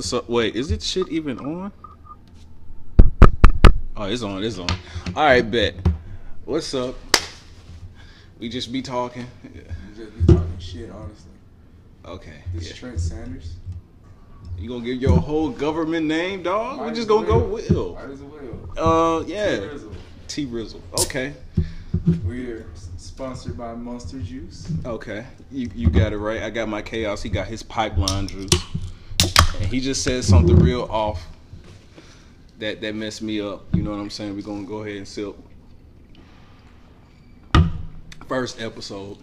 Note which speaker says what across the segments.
Speaker 1: So wait, is it shit even on? Oh, it's on. It's on. All right, bet. What's up? We just be talking.
Speaker 2: You just be talking shit, honestly.
Speaker 1: Okay.
Speaker 2: This
Speaker 1: yeah.
Speaker 2: Trent Sanders.
Speaker 1: You gonna give your whole government name, dog?
Speaker 2: Might
Speaker 1: We're just
Speaker 2: as
Speaker 1: gonna go
Speaker 2: well.
Speaker 1: Will.
Speaker 2: Might as well.
Speaker 1: Uh, yeah.
Speaker 2: Drizzle.
Speaker 1: T Rizzle. Okay.
Speaker 2: We're s- sponsored by Monster Juice.
Speaker 1: Okay. You you got it right. I got my chaos. He got his pipeline juice. And he just said something real off. That that messed me up. You know what I'm saying? We're gonna go ahead and sip. First episode.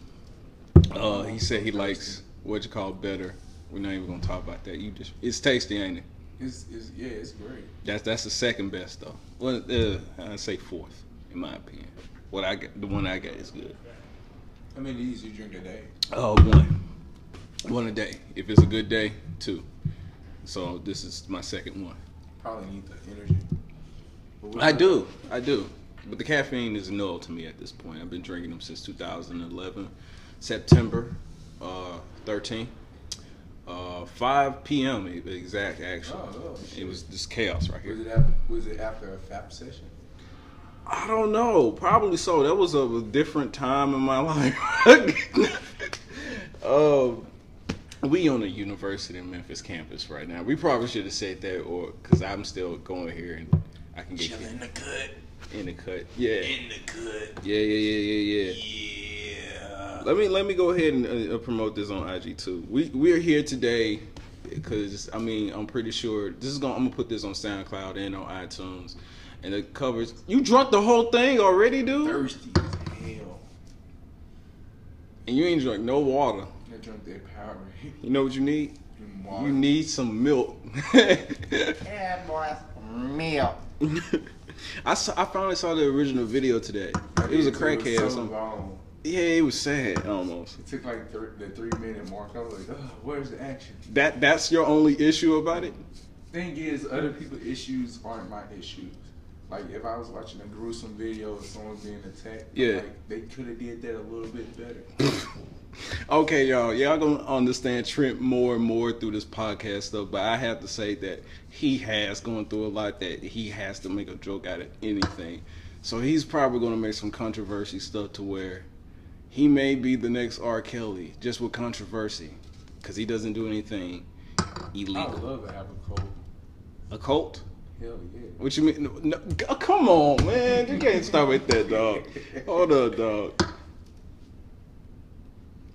Speaker 1: Uh he said he likes what you call better. We're not even gonna talk about that. You just it's tasty, ain't it?
Speaker 2: It's, it's yeah, it's great.
Speaker 1: That's that's the second best though. Well, uh, I'd say fourth in my opinion. What I got, the one I got is good.
Speaker 2: How many of these you drink a day?
Speaker 1: Uh, one, one a day. If it's a good day, two. So this is my second one.
Speaker 2: Probably need the energy. But we're
Speaker 1: I
Speaker 2: not-
Speaker 1: do, I do. But the caffeine is null to me at this point. I've been drinking them since 2011, September uh, 13, uh, 5 p.m. exact. Actually,
Speaker 2: Oh, oh,
Speaker 1: it was just chaos right here.
Speaker 2: Was it after, was it after a fap session?
Speaker 1: I don't know. Probably so. That was a different time in my life. um, we on a university in Memphis campus right now. We probably should have said that, or because I'm still going here and I can get
Speaker 2: Chilling the cut.
Speaker 1: in the cut. Yeah, yeah,
Speaker 2: In the cut.
Speaker 1: yeah, yeah, yeah, yeah.
Speaker 2: Yeah.
Speaker 1: Let me let me go ahead and uh, uh, promote this on IG too. We we're here today because I mean I'm pretty sure this is gonna I'm gonna put this on SoundCloud and on iTunes. And the covers. You drunk the whole thing already, dude.
Speaker 2: Thirsty as hell.
Speaker 1: And you ain't drunk no water.
Speaker 2: I drunk that power
Speaker 1: You know what you need?
Speaker 2: and
Speaker 1: You
Speaker 2: water.
Speaker 1: need some milk.
Speaker 2: Yeah, boy. Milk.
Speaker 1: I saw, I finally saw the original video today. It was a crackhead or something.
Speaker 2: Long.
Speaker 1: Yeah, it was sad almost.
Speaker 2: It took like thr the three minute mark. I was like, Ugh, where's the action?
Speaker 1: That that's your only issue about it?
Speaker 2: Thing is, other people's issues aren't my issues. Like if I was watching a gruesome video of someone being attacked, I'm
Speaker 1: Yeah.
Speaker 2: like, they could have did that a little bit better.
Speaker 1: Okay, y'all. Y'all gonna understand Trent more and more through this podcast stuff, but I have to say that he has gone through a lot that he has to make a joke out of anything. So he's probably gonna make some controversy stuff to where he may be the next R. Kelly, just with controversy, because he doesn't do anything
Speaker 2: I
Speaker 1: illegal.
Speaker 2: love to have a cold.
Speaker 1: A cult?
Speaker 2: Hell yeah.
Speaker 1: What you mean? No, no, g- oh, come on, man. You can't stop with that, dog. Hold up, dog.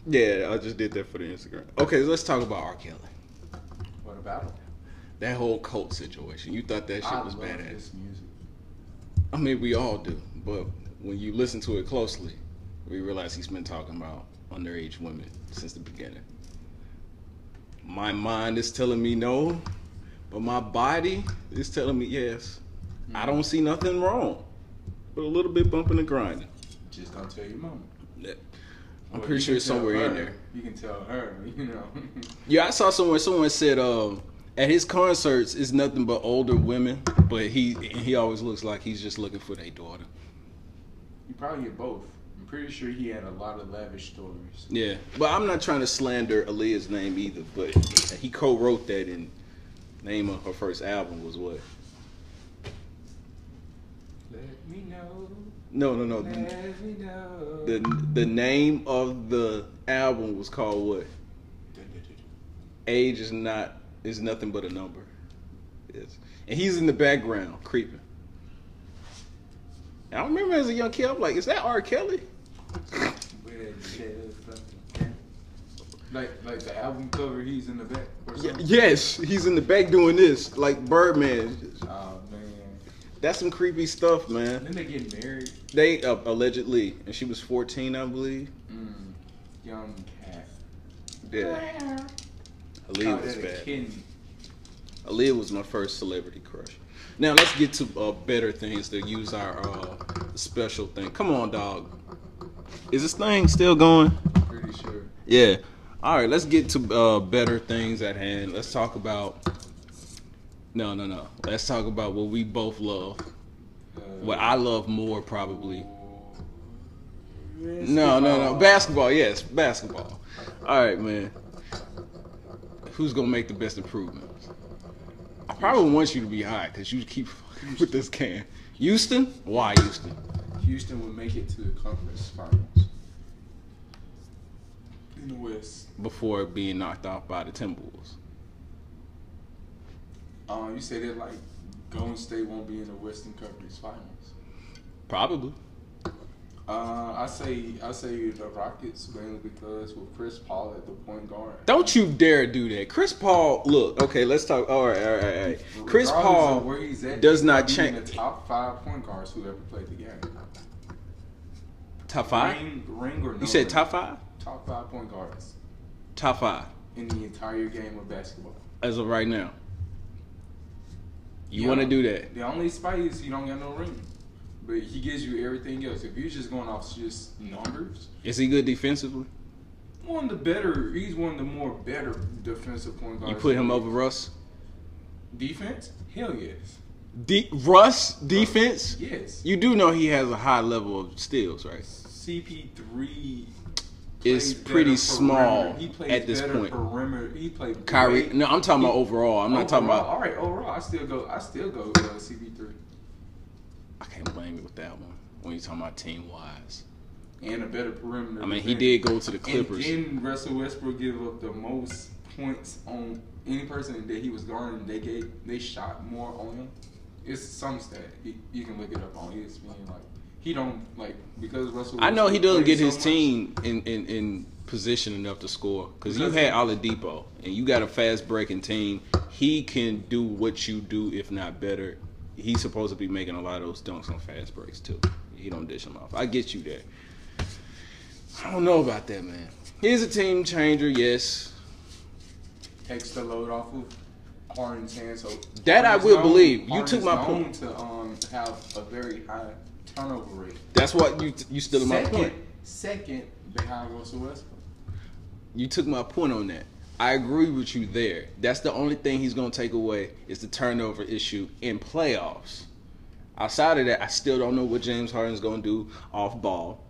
Speaker 1: Yeah, I just did that for the Instagram. Okay, let's talk about R. Kelly.
Speaker 2: What about it?
Speaker 1: That whole cult situation. You thought that shit
Speaker 2: I
Speaker 1: was
Speaker 2: love
Speaker 1: badass.
Speaker 2: this music.
Speaker 1: I mean, we all do, but when you listen to it closely, we realize he's been talking about underage women since the beginning. My mind is telling me no, but my body is telling me yes. I don't see nothing wrong, but a little bit bumping and grinding.
Speaker 2: Just don't tell your mama.
Speaker 1: That- I'm
Speaker 2: Well,
Speaker 1: pretty
Speaker 2: you
Speaker 1: sure
Speaker 2: can
Speaker 1: it's
Speaker 2: tell
Speaker 1: somewhere in
Speaker 2: her.
Speaker 1: there.
Speaker 2: You can tell her, you know.
Speaker 1: Yeah, I saw somewhere. Someone said um, at his concerts, it's nothing but older women, but he he always looks like he's just looking for their daughter.
Speaker 2: you probably get both. I'm pretty sure he had a lot of lavish stories.
Speaker 1: Yeah, but I'm not trying to slander Aaliyah's name either. But he co-wrote that, and name of her first album was what?
Speaker 2: Let me know.
Speaker 1: No, no, no. The
Speaker 2: Let me know.
Speaker 1: the, the name of the album was called what? Age is not is nothing but a number. Yes. And he's in the background creeping. I remember as a young kid, I'm like, is that R. Kelly?
Speaker 2: Like, like the album cover, he's in the back. Or
Speaker 1: Y-
Speaker 2: something.
Speaker 1: yes, he's in the back doing this, like Birdman.
Speaker 2: Oh man.
Speaker 1: That's some creepy stuff, man.
Speaker 2: Then they get married.
Speaker 1: They uh, allegedly, and she was 14, I believe.
Speaker 2: Mm, young cat.
Speaker 1: Yeah.
Speaker 2: Call
Speaker 1: Aaliyah was
Speaker 2: that a
Speaker 1: bad.
Speaker 2: kidney.
Speaker 1: Aaliyah was my first celebrity crush. Now let's get to uh, better things to use our uh, special thing. Come on, dog. Is this thing still going?
Speaker 2: Pretty sure.
Speaker 1: Yeah. All right, let's get to uh, better things at hand. Let's talk about. No, no, no. Let's talk about what we both love.
Speaker 2: Uh,
Speaker 1: What I love more, probably. No, no, no. Basketball, yes, basketball. All right, man. Who's gonna make the best improvements? probably want you to be hot because you keep fucking with this can. Houston? Why Houston?
Speaker 2: Houston would make it to the conference finals in the West.
Speaker 1: Before being knocked off by the Timberwolves.
Speaker 2: Um, you say that like Golden State won't be in the Western Conference Finals.
Speaker 1: Probably.
Speaker 2: Uh, I say I say the Rockets mainly because with Chris Paul at the point guard.
Speaker 1: Don't you dare do that. Chris Paul, look, okay, let's talk. All right, all right, all right. Chris
Speaker 2: Regardless
Speaker 1: Paul
Speaker 2: of where he's at,
Speaker 1: does
Speaker 2: he's
Speaker 1: not
Speaker 2: gonna be in
Speaker 1: change.
Speaker 2: The top five point guards who ever played the game.
Speaker 1: Top five?
Speaker 2: Ring, ring or no
Speaker 1: You said
Speaker 2: ring.
Speaker 1: top five?
Speaker 2: top five point guards
Speaker 1: Top five
Speaker 2: in the entire game of basketball.
Speaker 1: as of right now. You
Speaker 2: Yeah.
Speaker 1: want to do that?
Speaker 2: The only spite is he don't got no ring, but he gives you everything else. If you're just going off just numbers,
Speaker 1: Is he good defensively?
Speaker 2: one of the better, he's one of the more better defensive point guards.
Speaker 1: You put
Speaker 2: in
Speaker 1: him
Speaker 2: the
Speaker 1: over Russ?
Speaker 2: defense. Hell yes,
Speaker 1: De- Russ defense?
Speaker 2: yes.
Speaker 1: You do know he has a high level of steals, right?
Speaker 2: CP three
Speaker 1: It's
Speaker 2: plays
Speaker 1: pretty
Speaker 2: better
Speaker 1: small
Speaker 2: perimeter. He plays
Speaker 1: at this
Speaker 2: better
Speaker 1: point.
Speaker 2: Perimeter. He played
Speaker 1: Kyrie,
Speaker 2: way-
Speaker 1: no, I'm talking about overall. I'm not talking
Speaker 2: Overall,
Speaker 1: about.
Speaker 2: All right, overall, I still go. I still go uh, CP three
Speaker 1: I can't blame you with that one. When you're talking about team wise,
Speaker 2: and a better perimeter.
Speaker 1: I mean he
Speaker 2: defender.
Speaker 1: did go to the Clippers.
Speaker 2: And then Russell Westbrook give up the most points on any person that he was guarding. They gave they shot more on him. It's some stat. You, you can look it up on E ESPN. Like he don't like because Russell.
Speaker 1: I know he doesn't
Speaker 2: Westbrook plays
Speaker 1: get
Speaker 2: so
Speaker 1: his
Speaker 2: much-
Speaker 1: team in, in, in position enough to score because you
Speaker 2: Because-
Speaker 1: had Oladipo and you got a fast breaking team. He can do what you do, if not better. He's supposed to be making a lot of those dunks on fast breaks too. He don't dish them off. I get you there. I don't know about that, man. He's a team changer, yes.
Speaker 2: takes the load off of Harden's hands. So
Speaker 1: That I
Speaker 2: Harden's
Speaker 1: will
Speaker 2: known-
Speaker 1: believe. You
Speaker 2: Harden's
Speaker 1: took my
Speaker 2: known
Speaker 1: point.
Speaker 2: to um, have a very high turnover rate.
Speaker 1: That's what you you still my
Speaker 2: second,
Speaker 1: point.
Speaker 2: second behind Russell Westbrook.
Speaker 1: You took my point on that. I agree with you there. That's the only thing he's going to take away is the turnover issue in playoffs. Outside of that, I still don't know what James Harden's going to do off ball.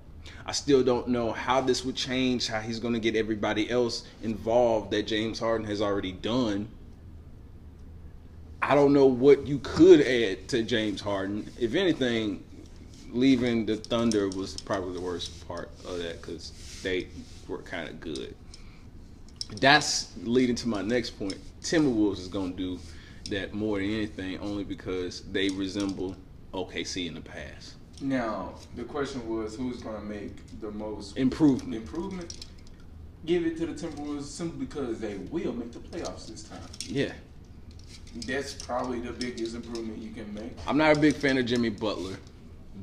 Speaker 1: I still don't know how this would change how he's going to get everybody else involved that James Harden has already done. I don't know what you could add to James Harden. If anything, leaving the Thunder was probably the worst part of that because they were kind of good. That's leading to my next point. Timberwolves is going to do that more than anything, only because they resemble OKC in the past.
Speaker 2: Now the question was who's going to make the most
Speaker 1: Improvement.
Speaker 2: improvement. Give it to the Timberwolves simply because they will make the playoffs this time.
Speaker 1: Yeah.
Speaker 2: That's probably the biggest improvement you can make.
Speaker 1: I'm not a big fan of Jimmy Butler,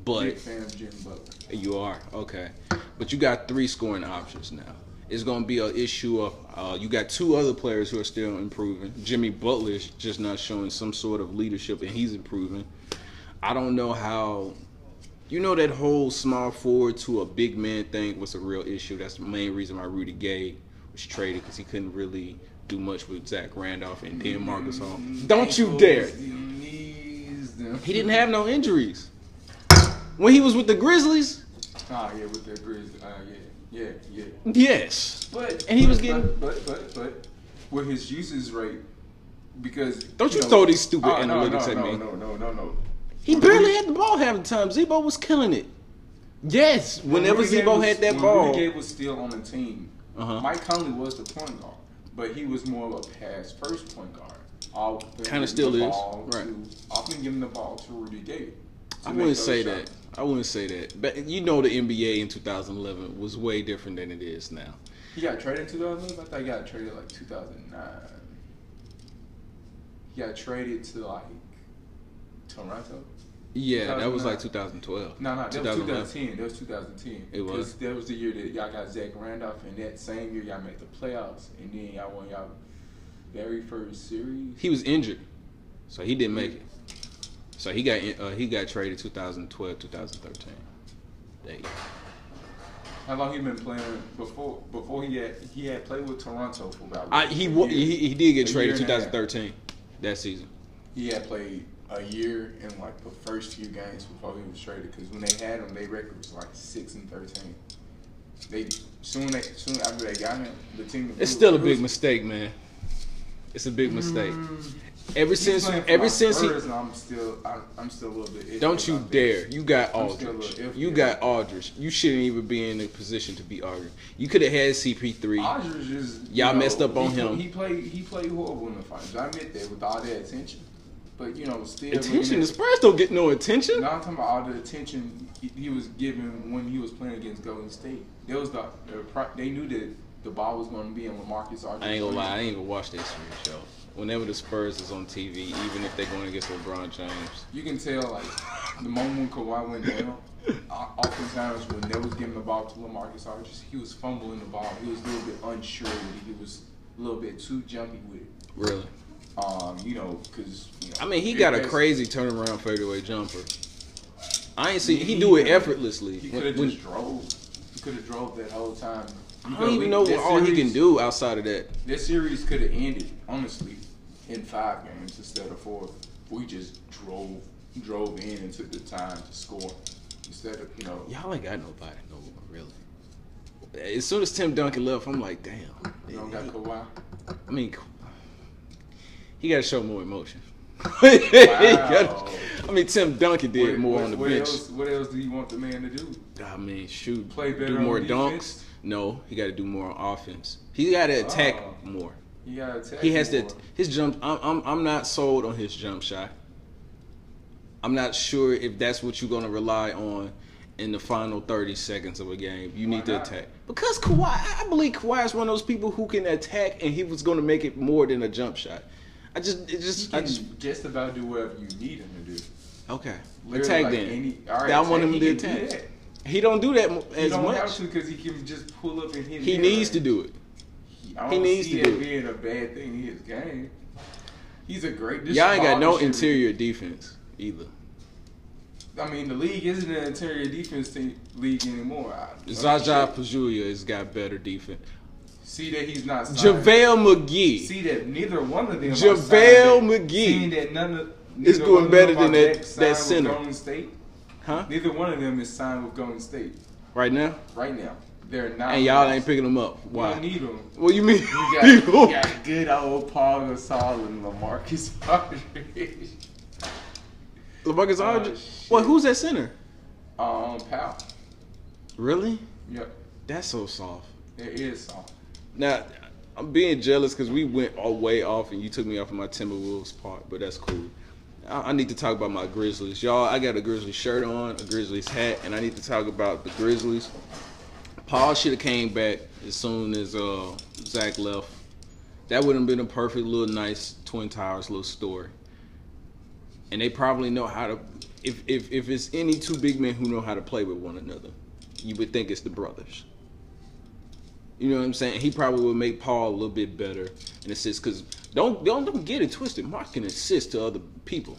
Speaker 1: but
Speaker 2: Big fan of Jim Butler.
Speaker 1: you are. Okay. But you got three scoring options now. It's going to be an issue of uh, you got two other players who are still improving. Jimmy Butler is just not showing some sort of leadership, and he's improving. I don't know how You know that whole small forward to a big man thing was a real issue. That's the main reason why Rudy Gay was traded because he couldn't really do much with Zach Randolph and then Marcus Hall. Don't you
Speaker 2: Ankles,
Speaker 1: dare!
Speaker 2: the knees, the-
Speaker 1: He didn't have no injuries when he was with the Grizzlies.
Speaker 2: Ah, yeah, with the Grizzlies. Ah, yeah, yeah, yeah.
Speaker 1: Yes.
Speaker 2: But
Speaker 1: And he was
Speaker 2: but-
Speaker 1: getting-
Speaker 2: But but but, but with his uses rate, because
Speaker 1: Don't you throw these stupid
Speaker 2: Ah, no,
Speaker 1: analytics
Speaker 2: no,
Speaker 1: at
Speaker 2: no,
Speaker 1: me.
Speaker 2: No, no, no, no.
Speaker 1: He barely had the ball half the time. Zebo was killing it. Yes. Whenever
Speaker 2: Rudy Gay
Speaker 1: Zebo
Speaker 2: was-
Speaker 1: had that
Speaker 2: when
Speaker 1: ball,
Speaker 2: Rudy Gay was still on the team.
Speaker 1: Uh-huh.
Speaker 2: Mike Conley was the point guard, but he was more of a pass first point guard. All
Speaker 1: Kinda still
Speaker 2: the
Speaker 1: is,
Speaker 2: ball
Speaker 1: right.
Speaker 2: To, often giving the ball to Rudy Gay. to
Speaker 1: I
Speaker 2: make
Speaker 1: wouldn't
Speaker 2: those
Speaker 1: say
Speaker 2: shots.
Speaker 1: that. I wouldn't say that. But you know the NBA in 2011 was way different than it is now.
Speaker 2: He got traded in 2011. I thought he got traded like 2009. He got traded to like Toronto.
Speaker 1: Yeah, that was
Speaker 2: 2009.
Speaker 1: like 2012.
Speaker 2: No, no, that
Speaker 1: 2011.
Speaker 2: was 2010. That was 2010.
Speaker 1: It was?
Speaker 2: 'Cause That was the year that y'all got Zach Randolph, and that same year y'all made the playoffs, and then y'all won y'all very first series.
Speaker 1: He was injured, so he didn't make it. So he got in- uh, he got traded 2012, 2013. There you go.
Speaker 2: How long he been playing before? Before he had he had played with Toronto for about.
Speaker 1: I, he, wa-
Speaker 2: a year.
Speaker 1: he he did get
Speaker 2: A
Speaker 1: traded
Speaker 2: year and a half.
Speaker 1: 2013 that season.
Speaker 2: He had played a year in like the first few games before he was traded. Because when they had him, their record was like six and thirteen. They soon they soon after they got him, the team.
Speaker 1: It's still a
Speaker 2: it was-
Speaker 1: big mistake, man. It's a big mistake.
Speaker 2: Mm.
Speaker 1: Ever
Speaker 2: He's
Speaker 1: since,
Speaker 2: playing for
Speaker 1: ever
Speaker 2: my
Speaker 1: since he,
Speaker 2: Spurs, and I'm still, I, I'm still a little bit. iffy
Speaker 1: don't you
Speaker 2: about that.
Speaker 1: dare! You got
Speaker 2: I'm still a
Speaker 1: Aldridge.
Speaker 2: little iffy
Speaker 1: You
Speaker 2: about
Speaker 1: got Aldridge. You shouldn't even be in a position to be arguing. You could have had CP3.
Speaker 2: Aldridge is you
Speaker 1: Y'all messed up on
Speaker 2: he,
Speaker 1: him.
Speaker 2: He played, he played horrible in the finals. I admit that with all that attention, but you know, still
Speaker 1: Attention,
Speaker 2: looking
Speaker 1: the
Speaker 2: at-
Speaker 1: Spurs don't get no attention.
Speaker 2: Now I'm talking about all the attention he- he was given when he was playing against Golden State. There was the, the pro- they knew that the ball was going to be in Lamarcus Aldridge.
Speaker 1: I ain't gonna lie, I ain't gonna watch that series, yo. Whenever the Spurs is on TV, even if they're going against LeBron James,
Speaker 2: You can tell like the moment Kawhi went down, o- oftentimes when they was giving the ball to Lamarcus Aldridge, he was fumbling the ball. He was a little bit unsure with it. He was a little bit too jumpy with it.
Speaker 1: really.
Speaker 2: Um, you know, because you know,
Speaker 1: I mean, he
Speaker 2: big
Speaker 1: got a
Speaker 2: pass-
Speaker 1: crazy turnaround fadeaway jumper. I ain't see he do it effortlessly.
Speaker 2: He
Speaker 1: When-
Speaker 2: could have
Speaker 1: when-
Speaker 2: just drove. He could have drove that whole time.
Speaker 1: I don't even know what all he can do outside of that.
Speaker 2: This series could have ended honestly in five games instead of four. We just drove, drove in and took the time to score instead of you know.
Speaker 1: Y'all ain't got nobody, no one really. As soon as Tim Duncan left, I'm like, damn.
Speaker 2: You don't got Kawhi.
Speaker 1: I mean, he got to show more emotion. He gotta- I mean, Tim Duncan did
Speaker 2: What-
Speaker 1: more
Speaker 2: what-
Speaker 1: on the
Speaker 2: what
Speaker 1: bench.
Speaker 2: Else, what else do you want the man to do?
Speaker 1: I mean, shoot,
Speaker 2: Play better
Speaker 1: do more
Speaker 2: on
Speaker 1: dunks.
Speaker 2: defense?
Speaker 1: No, he got to do more on offense. He got to attack
Speaker 2: Oh.
Speaker 1: more.
Speaker 2: He got to attack.
Speaker 1: He has
Speaker 2: more.
Speaker 1: that his jump. I'm, I'm I'm not sold on his jump shot. I'm not sure if that's what you're gonna rely on in the final 30 seconds of a game. You
Speaker 2: Why
Speaker 1: need to
Speaker 2: not?
Speaker 1: attack because Kawhi. I I believe Kawhi is one of those people who can attack, and he was gonna make it more than a jump shot. I just it
Speaker 2: He
Speaker 1: just I
Speaker 2: can
Speaker 1: just
Speaker 2: just, about do whatever you need him to do.
Speaker 1: okay.
Speaker 2: Literally,
Speaker 1: Attack
Speaker 2: like
Speaker 1: then.
Speaker 2: any- all right,
Speaker 1: I want
Speaker 2: attack,
Speaker 1: him
Speaker 2: he
Speaker 1: to
Speaker 2: can do
Speaker 1: attack.
Speaker 2: that.
Speaker 1: He don't do that mo-
Speaker 2: he
Speaker 1: as
Speaker 2: don't have
Speaker 1: much.
Speaker 2: to because he can just pull up and hit.
Speaker 1: He
Speaker 2: it.
Speaker 1: needs to do it.
Speaker 2: I don't
Speaker 1: he needs
Speaker 2: see
Speaker 1: to do
Speaker 2: it
Speaker 1: it.
Speaker 2: being a bad thing in his game. He's a great. this
Speaker 1: Y'all ain't got
Speaker 2: small
Speaker 1: no
Speaker 2: shooter.
Speaker 1: interior defense either.
Speaker 2: I mean, the league isn't an interior defense team, league anymore. I, I mean,
Speaker 1: Zaza
Speaker 2: shit.
Speaker 1: Pachulia has got better defense.
Speaker 2: See that he's not. signed.
Speaker 1: JaVale McGee.
Speaker 2: See that neither one of them. are
Speaker 1: JaVale
Speaker 2: signed that.
Speaker 1: McGee
Speaker 2: Seeing that none of
Speaker 1: is
Speaker 2: neither
Speaker 1: doing
Speaker 2: one of
Speaker 1: better
Speaker 2: them are
Speaker 1: than that-
Speaker 2: back
Speaker 1: that
Speaker 2: signed with
Speaker 1: center.
Speaker 2: Golden State.
Speaker 1: Huh?
Speaker 2: Neither one of them is signed with Golden State
Speaker 1: Right now?
Speaker 2: right now. They're not.
Speaker 1: And y'all ain't picking him up.
Speaker 2: We don't
Speaker 1: Why?
Speaker 2: need them.
Speaker 1: What you mean?
Speaker 2: You got, you got good old Paul Gasol and LaMarcus Aldridge.
Speaker 1: LaMarcus
Speaker 2: Oh,
Speaker 1: Aldridge.
Speaker 2: shit.
Speaker 1: Well, who's that center?
Speaker 2: Um, pal.
Speaker 1: Really?
Speaker 2: Yep,
Speaker 1: That's so soft.
Speaker 2: it is soft.
Speaker 1: Now, I'm being jealous because we went all way off and you took me off of my Timberwolves part, but that's cool. I, I need to talk about my Grizzlies. Y'all, I got a Grizzlies shirt on, a Grizzlies hat, and I need to talk about the Grizzlies. Paul should have came back as soon as uh, Zach left. That would have been a perfect little nice Twin Towers little story. And they probably know how to. If, if if it's any two big men who know how to play with one another, you would think it's the brothers. You know what I'm saying? He probably would make Paul a little bit better and assist because don't don't don't get it twisted. Mark can assist to other people.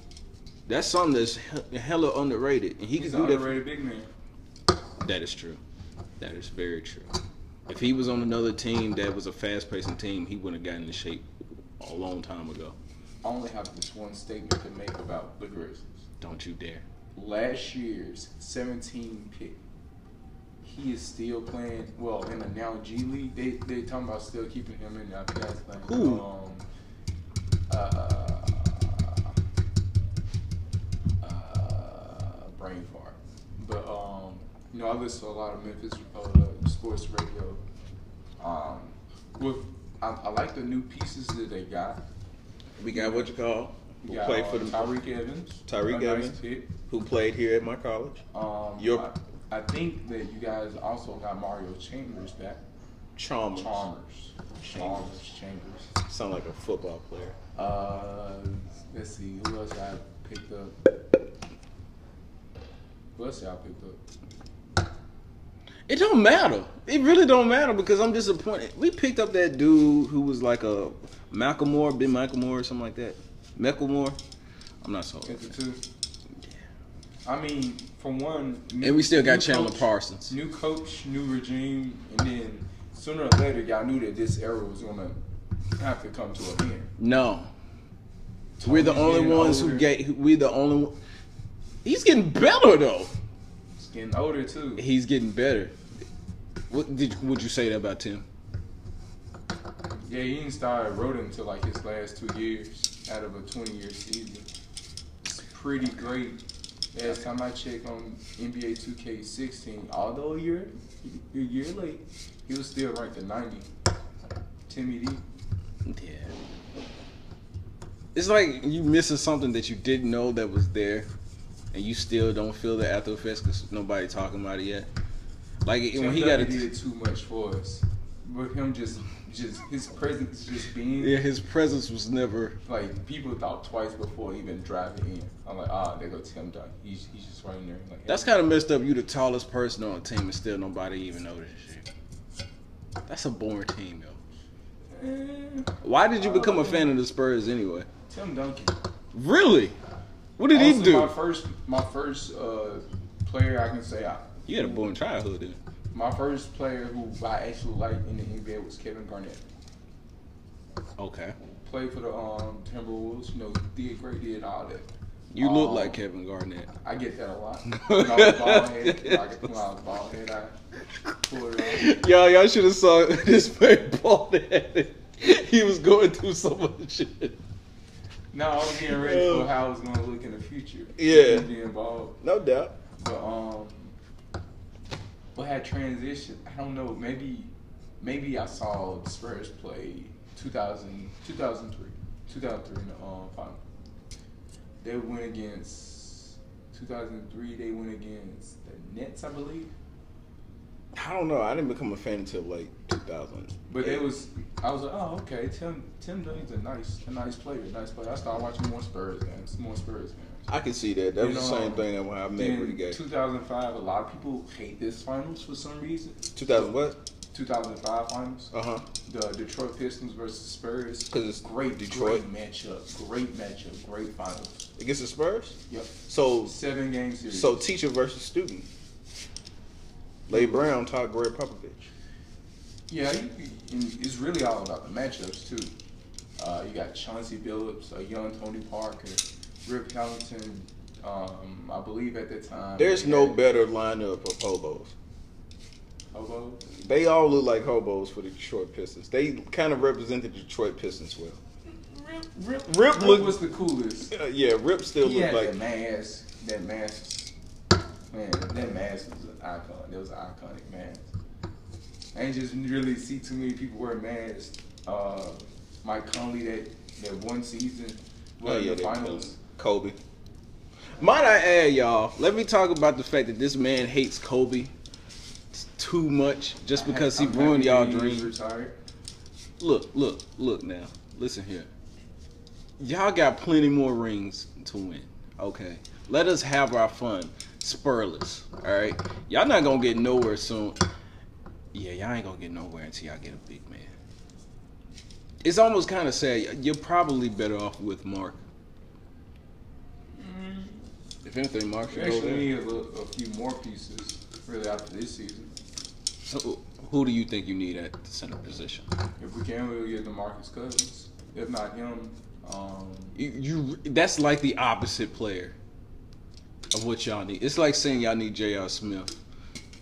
Speaker 1: That's something that's he- hella underrated, and he
Speaker 2: He's
Speaker 1: can
Speaker 2: an
Speaker 1: do that. for-
Speaker 2: underrated big man.
Speaker 1: that is true. That is very true. If he was on another team that was a fast pacing team, he wouldn't have gotten in shape a long time ago.
Speaker 2: I only have this one statement to make about the Grizzlies.
Speaker 1: Don't you dare.
Speaker 2: Last year's 17 pick, he is still playing. Well, in the now G League, they they talking about still keeping him in. there. I forgot his name.
Speaker 1: Who?
Speaker 2: Um, uh, uh, brain fart. But um, you know, I listen to a lot of Memphis uh, sports radio. Um, with I, I like the new pieces that they got.
Speaker 1: We got what you call
Speaker 2: We got, uh, Tyreek Evans.
Speaker 1: Tyreek
Speaker 2: a nice
Speaker 1: Evans.
Speaker 2: pick.
Speaker 1: who played here at my college.
Speaker 2: Um,
Speaker 1: Your-
Speaker 2: I, I think that you guys also got Mario Chambers back.
Speaker 1: Chalmers.
Speaker 2: Chalmers. Chalmers. Chambers.
Speaker 1: Sound like a football player.
Speaker 2: Uh, let's see. Who else I picked up? Who else y'all picked up?
Speaker 1: It don't matter. It really don't matter because I'm disappointed. We picked up that dude who was like a Macklemore, Ben Macklemore or something like that. Mecklemore. I'm not sold.
Speaker 2: Picked the two. I mean, for one. new-
Speaker 1: And we still got
Speaker 2: new
Speaker 1: Chandler
Speaker 2: coach-
Speaker 1: Parsons.
Speaker 2: New coach, new regime, and then sooner or later, y'all knew that this era was gonna have to come to an end.
Speaker 1: No. We're the
Speaker 2: Tony's
Speaker 1: only
Speaker 2: getting
Speaker 1: ones who
Speaker 2: older.
Speaker 1: get. who- We're the only. one- He's getting better though.
Speaker 2: He's getting older too.
Speaker 1: He's getting better. What did would you say that about Tim?
Speaker 2: Yeah, he didn't start roading until like his last two years out of a 20 year season. It's pretty great. Last time I checked on NBA 2K16, although a year, a year late, he was still ranked at 90. Timmy D.
Speaker 1: Yeah. It's like you missing something that you didn't know that was there, and you still don't feel the after effects because nobody talking about it yet. Like when he got
Speaker 2: Tim
Speaker 1: a
Speaker 2: Duncan did too much for us, but him just, just his presence just being
Speaker 1: yeah, his presence was never.
Speaker 2: like people thought twice before even driving in. I'm like, ah, there go Tim Duncan. He's he's just right in there. Like
Speaker 1: That's kind of messed up. You the tallest person on the team, and still nobody even noticed you. That's a boring team, though.
Speaker 2: Eh,
Speaker 1: Why did you become a fan of the Spurs anyway?
Speaker 2: Tim Duncan.
Speaker 1: Really? What did he
Speaker 2: Honestly,
Speaker 1: do?
Speaker 2: My first, my first uh, player I can say I,
Speaker 1: You had a boring childhood, then.
Speaker 2: my first player who I actually liked in the NBA was Kevin Garnett.
Speaker 1: Okay.
Speaker 2: Played for the um, Timberwolves. You know, did great, did all that.
Speaker 1: You look
Speaker 2: Um,
Speaker 1: like Kevin Garnett.
Speaker 2: I get that a lot. When I was bald head, when I, when I was bald head, I pulled it off.
Speaker 1: Y'all, y'all should have saw this man bald headed. He was going through so much shit.
Speaker 2: No, I was getting ready for how I was gonna look in the future.
Speaker 1: Uh. Yeah.
Speaker 2: Being bald.
Speaker 1: No doubt.
Speaker 2: But um, what had transitioned? I don't know. Maybe, maybe I saw the Spurs play 2000, 2003, 2003 in the um, final. They went against 2003. They went against the Nets, I believe.
Speaker 1: I don't know. I didn't become a fan until like 2000.
Speaker 2: But it was, I was like, oh, okay. Tim Tim Duncan's a nice, a nice player, a nice player. I started watching more Spurs games, more Spurs games.
Speaker 1: I can see that. That
Speaker 2: You
Speaker 1: was the
Speaker 2: know,
Speaker 1: same thing that when I met Rudy
Speaker 2: In
Speaker 1: Gay.
Speaker 2: 2005, a lot of people hate this finals for some reason.
Speaker 1: 2000 what?
Speaker 2: 2005 finals.
Speaker 1: Uh huh.
Speaker 2: the Detroit Pistons versus Spurs.
Speaker 1: 'Cause it's
Speaker 2: great
Speaker 1: Detroit.
Speaker 2: great matchup, great matchup, great finals.
Speaker 1: Against the Spurs.
Speaker 2: Yep,
Speaker 1: So
Speaker 2: seven game series.
Speaker 1: so teacher versus student. Lay Brown taught Greg Popovich.
Speaker 2: yeah, you, you- and it's really all about the matchups too. Uh, you got Chauncey Billups, a young Tony Parker, Rip Hamilton. Um, I believe at that time
Speaker 1: There's
Speaker 2: they
Speaker 1: no
Speaker 2: had
Speaker 1: better lineup of hobos.
Speaker 2: Hobo.
Speaker 1: They all look like hobos for the Detroit Pistons. They kind of represent the Detroit Pistons well.
Speaker 2: Rip, Rip,
Speaker 1: Rip looked-
Speaker 2: was the coolest.
Speaker 1: Uh, yeah, Rip still
Speaker 2: He
Speaker 1: looked
Speaker 2: had
Speaker 1: like
Speaker 2: that mask. That mask. Man, that mask was an icon. That was an iconic mask. I ain't just really see too many people wear masks. Uh, Mike Conley that that one season was
Speaker 1: Oh, yeah,
Speaker 2: the
Speaker 1: they
Speaker 2: finals.
Speaker 1: killed Kobe. Might I add, y'all? Let me talk about the fact that this man hates Kobe too much just
Speaker 2: I had-
Speaker 1: because he
Speaker 2: I'm
Speaker 1: ruined
Speaker 2: happy
Speaker 1: y'all
Speaker 2: that he was
Speaker 1: dreams.
Speaker 2: Retired.
Speaker 1: Look, look, look now. Listen here. Y'all got plenty more rings to win. Okay. Let us have our fun. Spurless. Alright? Y'all not gonna get nowhere soon. Yeah, y'all ain't gonna get nowhere until y'all get a big man. It's almost kinda sad. You're probably better off with Mark. If anything, Mark
Speaker 2: We
Speaker 1: should go
Speaker 2: actually
Speaker 1: there.
Speaker 2: need a, little- a few more pieces really after this season.
Speaker 1: So, who do you think you need at the center position?
Speaker 2: If we can, we'll get Demarcus Cousins. If not him, um,
Speaker 1: You, you that's like the opposite player of what y'all need. It's like saying y'all need J.R. Smith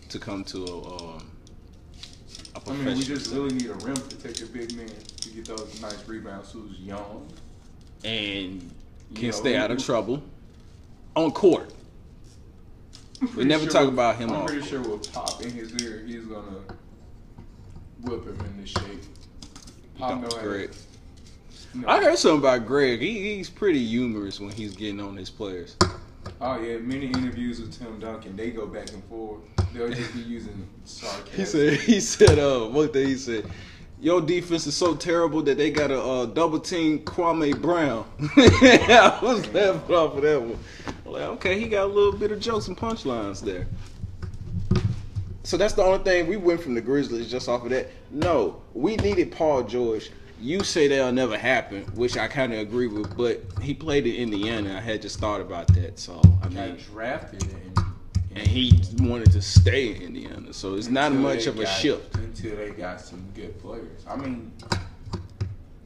Speaker 1: to come to a, um, a
Speaker 2: I
Speaker 1: professional.
Speaker 2: mean, we just really need a rim protector, big man, to get those nice rebounds. Who's young,
Speaker 1: and can
Speaker 2: You know,
Speaker 1: stay out of
Speaker 2: we-
Speaker 1: trouble on court.
Speaker 2: I'm pretty
Speaker 1: never talk about him
Speaker 2: I'm
Speaker 1: off.
Speaker 2: pretty sure we'll pop in his ear. He's gonna whip him into shape. Pop
Speaker 1: Don't
Speaker 2: no
Speaker 1: Greg.
Speaker 2: ass. No.
Speaker 1: I heard something about Greg. He, he's pretty humorous when he's getting on his players.
Speaker 2: Oh yeah, many interviews with Tim Duncan, they go back and forth. They'll just be using sarcasm.
Speaker 1: He said, he said, uh, what thing he said? Your defense is so terrible that they got to uh, double team Kwame Brown. I was laughing off of that one. I'm like, okay, he got a little bit of jokes and punchlines there. So that's the only thing we went from the Grizzlies just off of that. No, we needed Paul George. You say that'll never happen, which I kind of agree with, but he played in Indiana. I had just thought about that, so I mean,
Speaker 2: got drafted and,
Speaker 1: and he wanted to stay in Indiana, so it's not
Speaker 2: until
Speaker 1: much
Speaker 2: they
Speaker 1: of a
Speaker 2: got-
Speaker 1: shift.
Speaker 2: until they got some good players. I mean,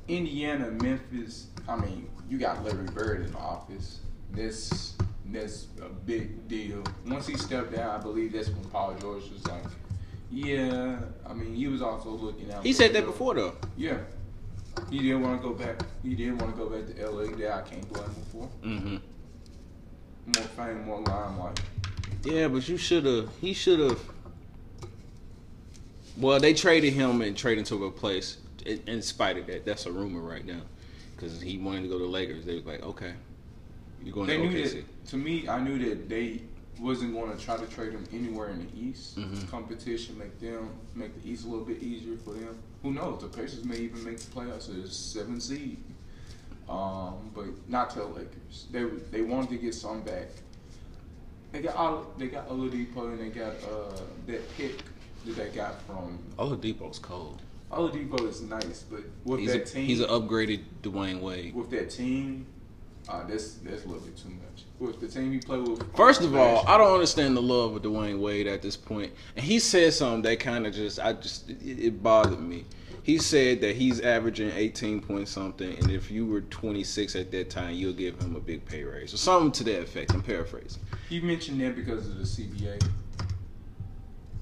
Speaker 2: Indiana, Memphis. I mean, you got Larry Bird in the office. That's that's a big deal. Once he stepped down, I believe that's when Paul George was like, "Yeah." I mean, he was also looking out.
Speaker 1: He
Speaker 2: for
Speaker 1: said that
Speaker 2: Bill.
Speaker 1: before though.
Speaker 2: Yeah, He didn't want to go back. He didn't want to go back to LA. That I can't blame him for.
Speaker 1: Mm-hmm.
Speaker 2: More fame, more limelight.
Speaker 1: Yeah, but you should have. He should have. Well, they traded him and traded to replace. In, in spite of that, that's a rumor right now, because he wanted to go to Lakers. They was like, okay, you're going
Speaker 2: They
Speaker 1: to
Speaker 2: knew
Speaker 1: OKC.
Speaker 2: that. To me, I knew that they wasn't going to try to trade him anywhere in the East.
Speaker 1: Mhm.
Speaker 2: Competition make them make the East a little bit easier for them. Who knows? The Pacers may even make the playoffs as seven seed. Um, but not to the Lakers. They they wanted to get some back. They got all, they got Oladipo and they got uh, that pick that they got from
Speaker 1: Oladipo's cold.
Speaker 2: Oladipo is nice, but with
Speaker 1: He's a,
Speaker 2: that team,
Speaker 1: he's an upgraded Dwayne Wade.
Speaker 2: with that team, uh, that's that's a little bit too much. With the team he played with,
Speaker 1: First of all,
Speaker 2: last
Speaker 1: I don't understand the love of Dwayne Wade at this point. And he said something that kind of just, I just, it, it bothered me. He said that he's averaging 18 point something, and if you were 26 at that time, you'll give him a big pay raise or something to that effect. I'm paraphrasing.
Speaker 2: He mentioned that because of the CBA.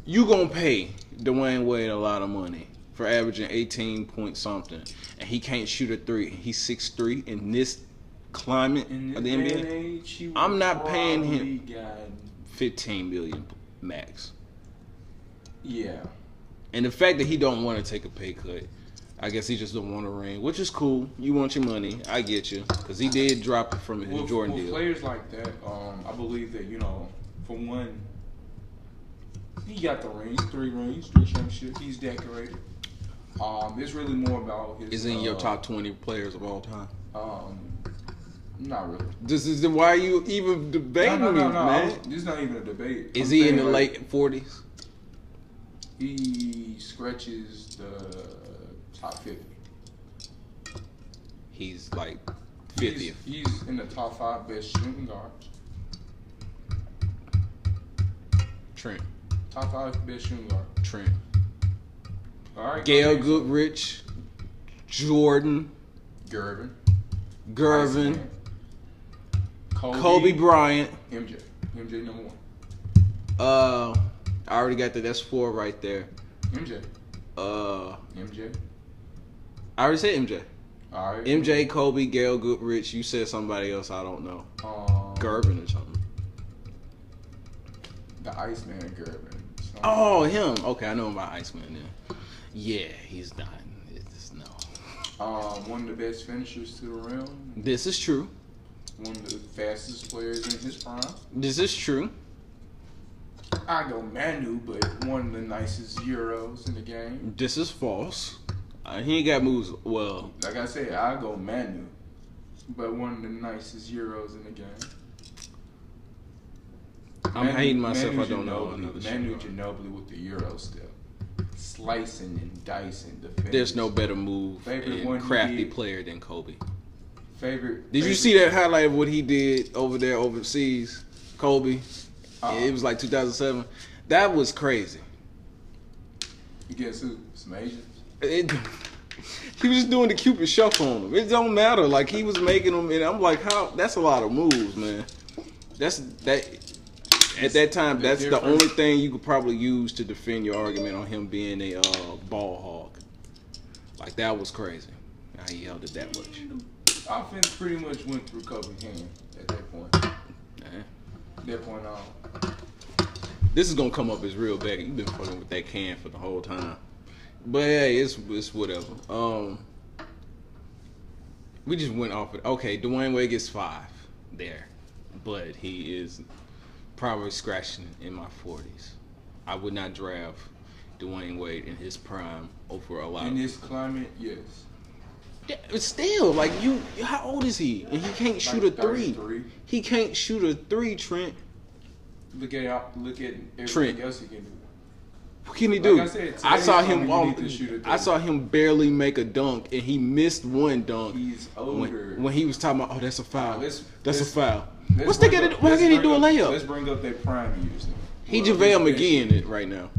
Speaker 1: You gonna pay Dwayne Wade a lot of money for averaging 18 point something, and he can't shoot a three. and He's 6'3 in this climate
Speaker 2: In
Speaker 1: of
Speaker 2: this
Speaker 1: the
Speaker 2: day and
Speaker 1: NBA.
Speaker 2: age, he would
Speaker 1: I'm not paying him.
Speaker 2: probably gotten-
Speaker 1: 15 million max.
Speaker 2: yeah,
Speaker 1: And the fact that he don't want to take a pay cut, I guess he just don't want to ring, which is cool. You want your money, I get you, because he did drop it from his
Speaker 2: with,
Speaker 1: Jordan
Speaker 2: with
Speaker 1: deal.
Speaker 2: players like that, um, I believe that you know, for one, he got the rings, three rings, three championships. He's decorated. Um, it's really more about his.
Speaker 1: Is in your
Speaker 2: uh,
Speaker 1: top 20 players of all time.
Speaker 2: Um, not really.
Speaker 1: This is the, why are you even
Speaker 2: No,
Speaker 1: debating
Speaker 2: no, no,
Speaker 1: me,
Speaker 2: no. I
Speaker 1: man?
Speaker 2: was- This is not even a debate.
Speaker 1: Is
Speaker 2: I'm
Speaker 1: he in
Speaker 2: saying,
Speaker 1: the
Speaker 2: like,
Speaker 1: late 40s?
Speaker 2: He scratches the top 50.
Speaker 1: He's like 50th.
Speaker 2: He's, he's in the top five best shooting guards.
Speaker 1: Trent.
Speaker 2: Top five best shooting guard.
Speaker 1: Trent.
Speaker 2: All right.
Speaker 1: Gail
Speaker 2: go next.
Speaker 1: Goodrich, Jordan,
Speaker 2: Gervin.
Speaker 1: Gervin,
Speaker 2: Iceman. Kobe,
Speaker 1: Kobe Bryant.
Speaker 2: MJ. MJ number one.
Speaker 1: Uh, I already got that. That's four right there.
Speaker 2: MJ.
Speaker 1: Uh,
Speaker 2: MJ.
Speaker 1: I already said MJ.
Speaker 2: All right.
Speaker 1: MJ, Kobe, Gail Goodrich. You said somebody else. I don't know.
Speaker 2: Um,
Speaker 1: Gervin or something.
Speaker 2: The Iceman Gervin. So-
Speaker 1: Oh, him. Okay, I know about Iceman then. Yeah, he's not. It's, no.
Speaker 2: Um, one of the best finishers to the rim.
Speaker 1: This is true.
Speaker 2: One of the fastest players in his prime.
Speaker 1: This is true.
Speaker 2: I go Manu, but one of the nicest Euros in the game.
Speaker 1: This is false. Uh, he ain't got moves. Well,
Speaker 2: Like I said, I go Manu, but one of the nicest Euros in the game.
Speaker 1: I'm
Speaker 2: Manu-
Speaker 1: hating myself.
Speaker 2: Manu
Speaker 1: I don't know
Speaker 2: Ginobili-
Speaker 1: another
Speaker 2: Manu
Speaker 1: shooter.
Speaker 2: Ginobili with the Euro step, slicing and dicing defense.
Speaker 1: There's no better move
Speaker 2: Favorite
Speaker 1: and
Speaker 2: one he
Speaker 1: crafty
Speaker 2: did.
Speaker 1: player than Kobe.
Speaker 2: favorite.
Speaker 1: Did you
Speaker 2: favorite-
Speaker 1: see that highlight of what he did over there overseas, Kobe?
Speaker 2: Uh-uh.
Speaker 1: It was like 2007. That was crazy.
Speaker 2: Guess who? Some Asians.
Speaker 1: It, he was just doing the cupid shuffle on him. It don't matter. Like he was making them, and I'm like, how? That's a lot of moves, man. That's that. At that time,
Speaker 2: They're
Speaker 1: that's the
Speaker 2: different.
Speaker 1: only thing you could probably use to defend your argument on him being a uh, ball hog. Like that was crazy. How he held it that much.
Speaker 2: Offense pretty much went through Kobe's hand at that point.
Speaker 1: Man.
Speaker 2: That point on.
Speaker 1: This is gonna come up as real bad. You've been fucking with that can for the whole time. But hey, it's it's whatever. Um We just went off it. Okay, Dwayne Wade gets five there. But he is probably scratching in my forties. I would not draft Dwayne Wade in his prime over a lot
Speaker 2: In
Speaker 1: of
Speaker 2: this climate, yes.
Speaker 1: Yeah, but still, like you how old is he? And he can't shoot a
Speaker 2: Like
Speaker 1: three.
Speaker 2: 33.
Speaker 1: He can't shoot a three, Trent.
Speaker 2: Look at look at everything
Speaker 1: Trent.
Speaker 2: else he can do.
Speaker 1: What can he
Speaker 2: Like
Speaker 1: do?
Speaker 2: I said,
Speaker 1: I, saw
Speaker 2: today's
Speaker 1: him.
Speaker 2: only you
Speaker 1: All,
Speaker 2: need to shoot a
Speaker 1: I saw him barely make a dunk, and he missed one dunk
Speaker 2: He's older.
Speaker 1: when, when he was talking about, "Oh, that's a foul.
Speaker 2: Let's-
Speaker 1: that's
Speaker 2: let's-
Speaker 1: a foul."
Speaker 2: Let's
Speaker 1: What's they
Speaker 2: bring
Speaker 1: gonna do?
Speaker 2: up-
Speaker 1: Why
Speaker 2: let's
Speaker 1: can he
Speaker 2: bring
Speaker 1: do a
Speaker 2: up- Let's
Speaker 1: layup?
Speaker 2: bring up their prime years. now.
Speaker 1: He
Speaker 2: Well,
Speaker 1: JaVale
Speaker 2: he's-
Speaker 1: McGee in it right now.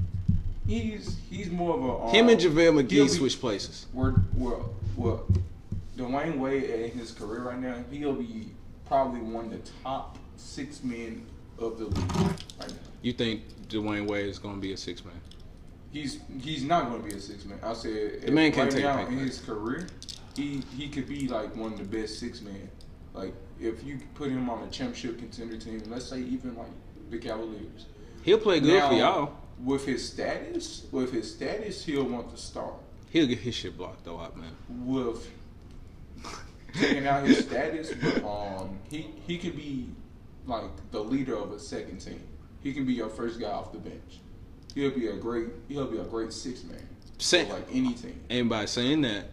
Speaker 2: He's he's more of a um,
Speaker 1: Him and JaVale
Speaker 2: he'll
Speaker 1: McGee
Speaker 2: be-
Speaker 1: switch places.
Speaker 2: We're we're we're Dwayne Wade in his career right now. He'll be probably one of the top six men of the league right now.
Speaker 1: You think Dwayne Wade is gonna be a six man?
Speaker 2: He's he's not going to be a six man. I said
Speaker 1: The man can't
Speaker 2: right
Speaker 1: take a
Speaker 2: now
Speaker 1: pay
Speaker 2: in
Speaker 1: cut.
Speaker 2: his career. he he could be like one of the best six men. Like if you put him on a championship contender team, let's say even like the Cavaliers.
Speaker 1: He'll play good for
Speaker 2: Now,
Speaker 1: y'all.
Speaker 2: With his status, with his status, he'll want to start.
Speaker 1: He'll get his shit blocked though out, man.
Speaker 2: With taking out his status, but, um, he he could be like the leader of a second team. He can be your first guy off the bench. He'll be a great he'll be a great six man.
Speaker 1: Sa-
Speaker 2: for, like any team.
Speaker 1: and by saying that,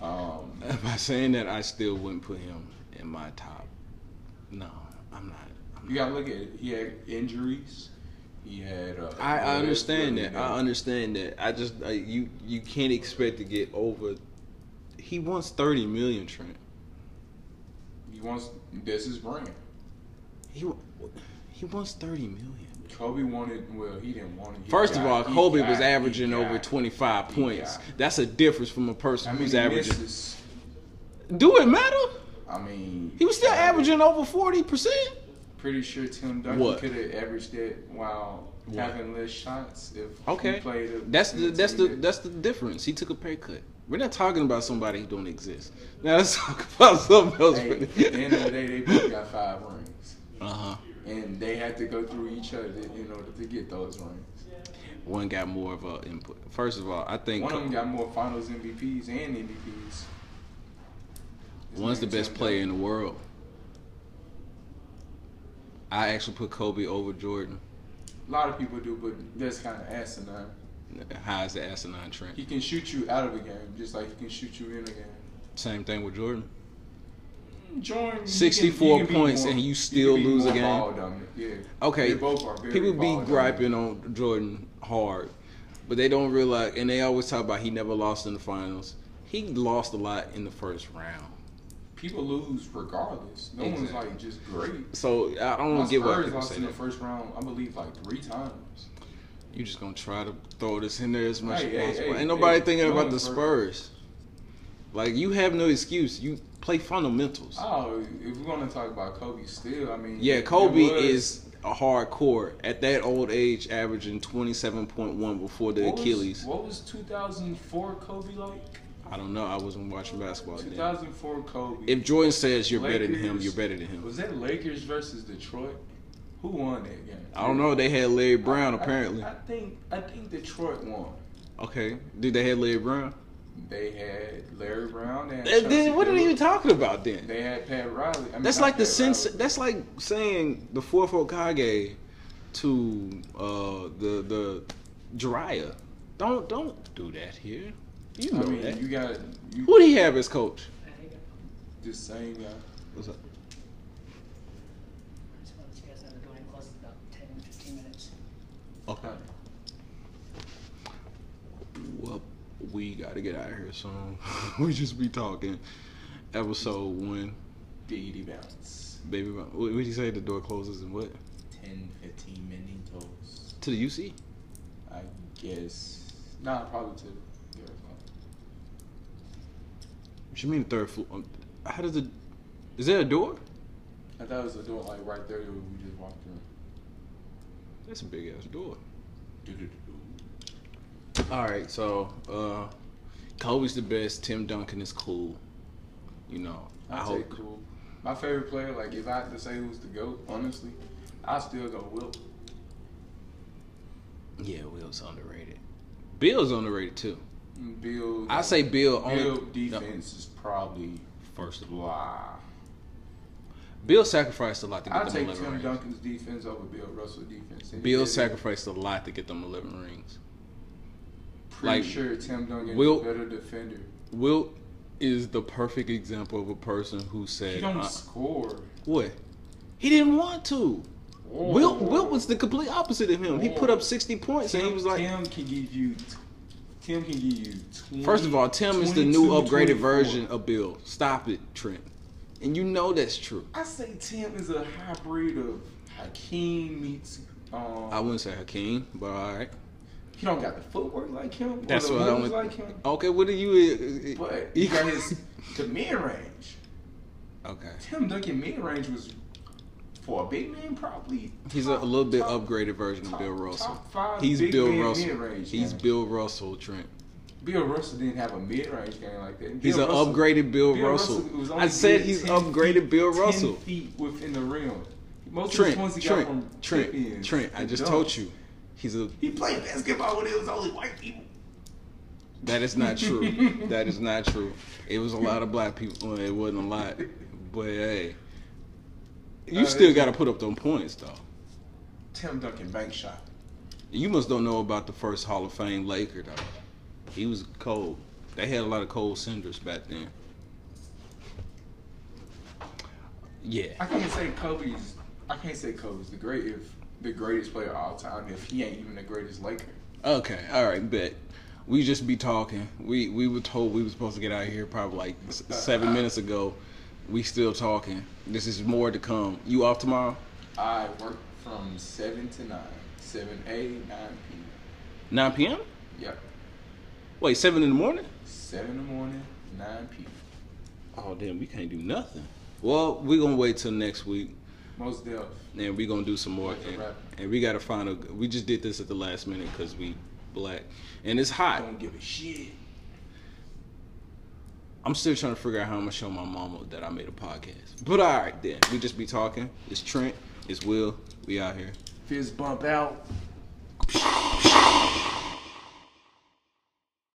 Speaker 2: Um,
Speaker 1: by saying that, I still wouldn't put him in my top. No, I'm not. I'm
Speaker 2: you
Speaker 1: not.
Speaker 2: gotta look at it. He had injuries. He had. Uh,
Speaker 1: I, I understand
Speaker 2: he
Speaker 1: that.
Speaker 2: had-
Speaker 1: I understand that. I just uh, you you can't expect to get over. He wants thirty million, Trent.
Speaker 2: He wants. That's his brand.
Speaker 1: He wa- he wants thirty million.
Speaker 2: Kobe wanted. Well, he didn't want it. He
Speaker 1: First of
Speaker 2: got-
Speaker 1: all,
Speaker 2: he
Speaker 1: Kobe
Speaker 2: got-
Speaker 1: was
Speaker 2: he
Speaker 1: averaging
Speaker 2: got-
Speaker 1: over 25
Speaker 2: he
Speaker 1: points.
Speaker 2: got-
Speaker 1: That's a difference from a person
Speaker 2: I mean,
Speaker 1: who's
Speaker 2: he
Speaker 1: averaging.
Speaker 2: misses.
Speaker 1: Do it matter?
Speaker 2: I mean,
Speaker 1: He was still
Speaker 2: uh,
Speaker 1: averaging over 40%.
Speaker 2: Pretty sure Tim Duncan
Speaker 1: What?
Speaker 2: could have averaged it while
Speaker 1: What?
Speaker 2: having less shots if
Speaker 1: Okay.
Speaker 2: he played. it
Speaker 1: That's
Speaker 2: in
Speaker 1: the that's the
Speaker 2: team that-
Speaker 1: that's the difference. He took a pay cut. We're not talking about somebody who don't exist. Now let's talk about something else.
Speaker 2: Hey, at the end of the day, they both got five rings,
Speaker 1: uh huh.
Speaker 2: and they had to go through each other in order to get those rings.
Speaker 1: One got more of a input. First of all, I think
Speaker 2: One of them got more Finals MVPs and MVPs. His
Speaker 1: One's the
Speaker 2: name
Speaker 1: best
Speaker 2: Tim
Speaker 1: player in the world. I actually put Kobe over Jordan.
Speaker 2: Duncan. A lot of people do, but that's kind of asinine.
Speaker 1: High as the asinine trend.
Speaker 2: He can shoot you out of a game, just like he can shoot you in a game.
Speaker 1: Same thing with Jordan.
Speaker 2: Jordan, you can- you
Speaker 1: 64
Speaker 2: can be
Speaker 1: points
Speaker 2: more-
Speaker 1: and you
Speaker 2: can
Speaker 1: still
Speaker 2: be
Speaker 1: lose a
Speaker 2: more
Speaker 1: game?
Speaker 2: ball dominant, Yeah.
Speaker 1: Okay,
Speaker 2: They both are very
Speaker 1: people
Speaker 2: ball
Speaker 1: be
Speaker 2: dominant.
Speaker 1: griping on Jordan hard, but they don't realize, and they always talk about he never lost in the finals. He lost a lot in the first round.
Speaker 2: People lose regardless. No one's
Speaker 1: Exactly.
Speaker 2: like just great.
Speaker 1: So I
Speaker 2: My
Speaker 1: don't get why
Speaker 2: Spurs
Speaker 1: people
Speaker 2: lost
Speaker 1: say
Speaker 2: in the
Speaker 1: that.
Speaker 2: first round, I believe, like three times.
Speaker 1: You just gonna try to throw this in there as much
Speaker 2: Hey,
Speaker 1: as
Speaker 2: hey,
Speaker 1: possible.
Speaker 2: hey,
Speaker 1: Ain't nobody
Speaker 2: hey,
Speaker 1: thinking
Speaker 2: no
Speaker 1: about the
Speaker 2: one's
Speaker 1: Spurs. Like you have no excuse. You play fundamentals.
Speaker 2: Oh, if we're gonna talk about Kobe, still, I mean,
Speaker 1: Yeah,
Speaker 2: it
Speaker 1: Kobe
Speaker 2: was-
Speaker 1: is a hardcore at that old age, averaging twenty seven point one before the
Speaker 2: what was-
Speaker 1: Achilles.
Speaker 2: What was 2004 Kobe like?
Speaker 1: I don't know. I wasn't watching basketball then.
Speaker 2: 2004 Kobe.
Speaker 1: If Jordan says you're better than him,
Speaker 2: Lakers-
Speaker 1: you're better than him.
Speaker 2: Was that Lakers versus Detroit? Who won that game?
Speaker 1: I don't know. They had Larry Brown
Speaker 2: I-
Speaker 1: apparently.
Speaker 2: I, think I think Detroit won.
Speaker 1: Okay, did they had Larry Brown?
Speaker 2: They had Larry Brown and
Speaker 1: And
Speaker 2: Chauncey
Speaker 1: then what are
Speaker 2: Billups.
Speaker 1: you talking about then?
Speaker 2: They had Pat Riley. I mean,
Speaker 1: That's
Speaker 2: not
Speaker 1: like the
Speaker 2: Pat
Speaker 1: sense.
Speaker 2: Riley.
Speaker 1: That's like saying the fourth Okage to uh, the the Jiraiya. Don't don't do that here. You know
Speaker 2: I mean,
Speaker 1: that.
Speaker 2: you got you
Speaker 1: Who do he have as coach?
Speaker 2: the same guy.
Speaker 1: What's up?
Speaker 3: just wanted to see us out of the door and close in about 10, 15 minutes.
Speaker 1: Okay. Well, we gotta get out of here soon. we just be talking. Episode one,
Speaker 2: Deity bounce.
Speaker 1: baby. What what did he say? The door closes and what?
Speaker 2: 10, 15 minutos.
Speaker 1: To the UC.
Speaker 2: I guess. Nah, probably two. Yeah,
Speaker 1: What you mean third floor? Um, How does it? Is there a door?
Speaker 2: I thought it was a door like right there that we just walked through.
Speaker 1: That's a big ass door.
Speaker 2: Do-do-do-do.
Speaker 1: All right, so uh, Kobe's the best. Tim Duncan is cool. You know, I
Speaker 2: I
Speaker 1: hope.
Speaker 2: take cool. My favorite player, like if I had to say who's the GOAT, honestly, I still go Wilt.
Speaker 1: Yeah, Will's underrated. Bill's underrated too.
Speaker 2: Bill.
Speaker 1: I say Bill only.
Speaker 2: Bill
Speaker 1: no,
Speaker 2: defense is probably
Speaker 1: first of all,
Speaker 2: blah.
Speaker 1: Bill sacrificed a lot to
Speaker 2: I
Speaker 1: get them
Speaker 2: take
Speaker 1: eleven
Speaker 2: Tim
Speaker 1: rings.
Speaker 2: Duncan's defense over Bill Russell defense. And
Speaker 1: Bill
Speaker 2: it-
Speaker 1: sacrificed a lot to get them eleven rings.
Speaker 2: Pretty
Speaker 1: like,
Speaker 2: sure Tim Duncan
Speaker 1: Wilt-
Speaker 2: is a better defender.
Speaker 1: Will is the perfect example of a person who
Speaker 2: He
Speaker 1: said,
Speaker 2: don't
Speaker 1: uh,
Speaker 2: score.
Speaker 1: "What? He didn't want to."
Speaker 2: Will
Speaker 1: Wilt, Wilt was the complete opposite of him. He put up 60 points and he was like,
Speaker 2: Tim can give you. t- Tim can give you. 20,
Speaker 1: first of all, Tim is the new
Speaker 2: 22,
Speaker 1: upgraded
Speaker 2: 24.
Speaker 1: version of Bill. Stop it, Trent. And you know that's true.
Speaker 2: I say Tim is a hybrid of Hakeem meets. Um,
Speaker 1: I wouldn't say Hakeem, but all right.
Speaker 2: He don't got the footwork like him.
Speaker 1: That's
Speaker 2: or the
Speaker 1: what I
Speaker 2: moves
Speaker 1: want.
Speaker 2: like him.
Speaker 1: Okay, what are you? uh,
Speaker 2: But he got his the mid range.
Speaker 1: okay,
Speaker 2: Tim Duncan mid range was for a big man probably.
Speaker 1: he's a, a little bit
Speaker 2: top-
Speaker 1: upgraded version of
Speaker 2: top-
Speaker 1: Bill Russell.
Speaker 2: top five
Speaker 1: He's
Speaker 2: big
Speaker 1: Bill
Speaker 2: man
Speaker 1: Russell.
Speaker 2: mid-range,
Speaker 1: He's
Speaker 2: man.
Speaker 1: Bill Russell, Trent.
Speaker 2: Bill Russell didn't have a mid range game like that.
Speaker 1: He's
Speaker 2: Bill
Speaker 1: an
Speaker 2: Russell-
Speaker 1: upgraded Bill, Russell.
Speaker 2: was only
Speaker 1: I said
Speaker 2: good
Speaker 1: he's
Speaker 2: 10
Speaker 1: upgraded Bill
Speaker 2: feet- 10
Speaker 1: Russell.
Speaker 2: feet within the rim. Most
Speaker 1: Trent,
Speaker 2: of his points he got from
Speaker 1: Trent, Trent,
Speaker 2: tip-ins
Speaker 1: Trent. I
Speaker 2: and
Speaker 1: just
Speaker 2: dunks.
Speaker 1: told you, he's a.
Speaker 2: He played basketball when it was only white people.
Speaker 1: That is not true. that is not true. It was a lot of black people. Well, it wasn't a lot, but hey, you
Speaker 2: Uh,
Speaker 1: still
Speaker 2: it's-
Speaker 1: got to put up them points though.
Speaker 2: Tim Duncan bank shot.
Speaker 1: You must don't know about the first Hall of Fame Laker though. He was cold. They had a lot of cold cinders back then.
Speaker 2: I
Speaker 1: Yeah.
Speaker 2: can't say Kobe's. I can't say Kobe's the great if the greatest player of all time if he ain't even the greatest Laker.
Speaker 1: Okay. All right. Bet. We just be talking. We we were told we were supposed to get out of here probably like s- seven minutes ago. We still talking. This is more to come. You off tomorrow?
Speaker 2: I work from seven to nine, seven a nine p.
Speaker 1: 9 p.m.
Speaker 2: Yep,
Speaker 1: Wait, seven in the morning?
Speaker 2: seven in the morning, nine p.
Speaker 1: Oh damn, we can't do nothing. Well, we gonna wait till next week.
Speaker 2: Most deaf.
Speaker 1: and we gonna do some more.
Speaker 2: Like a
Speaker 1: And,
Speaker 2: rap.
Speaker 1: and we gotta find a. We just did this at the last minute because we black, and it's hot.
Speaker 2: Don't give a shit.
Speaker 1: I'm still trying to figure out how I'm gonna show my mama that I made a podcast. But all right, then we just be talking. It's Trent. It's Will. We out here.
Speaker 2: Fist bump out.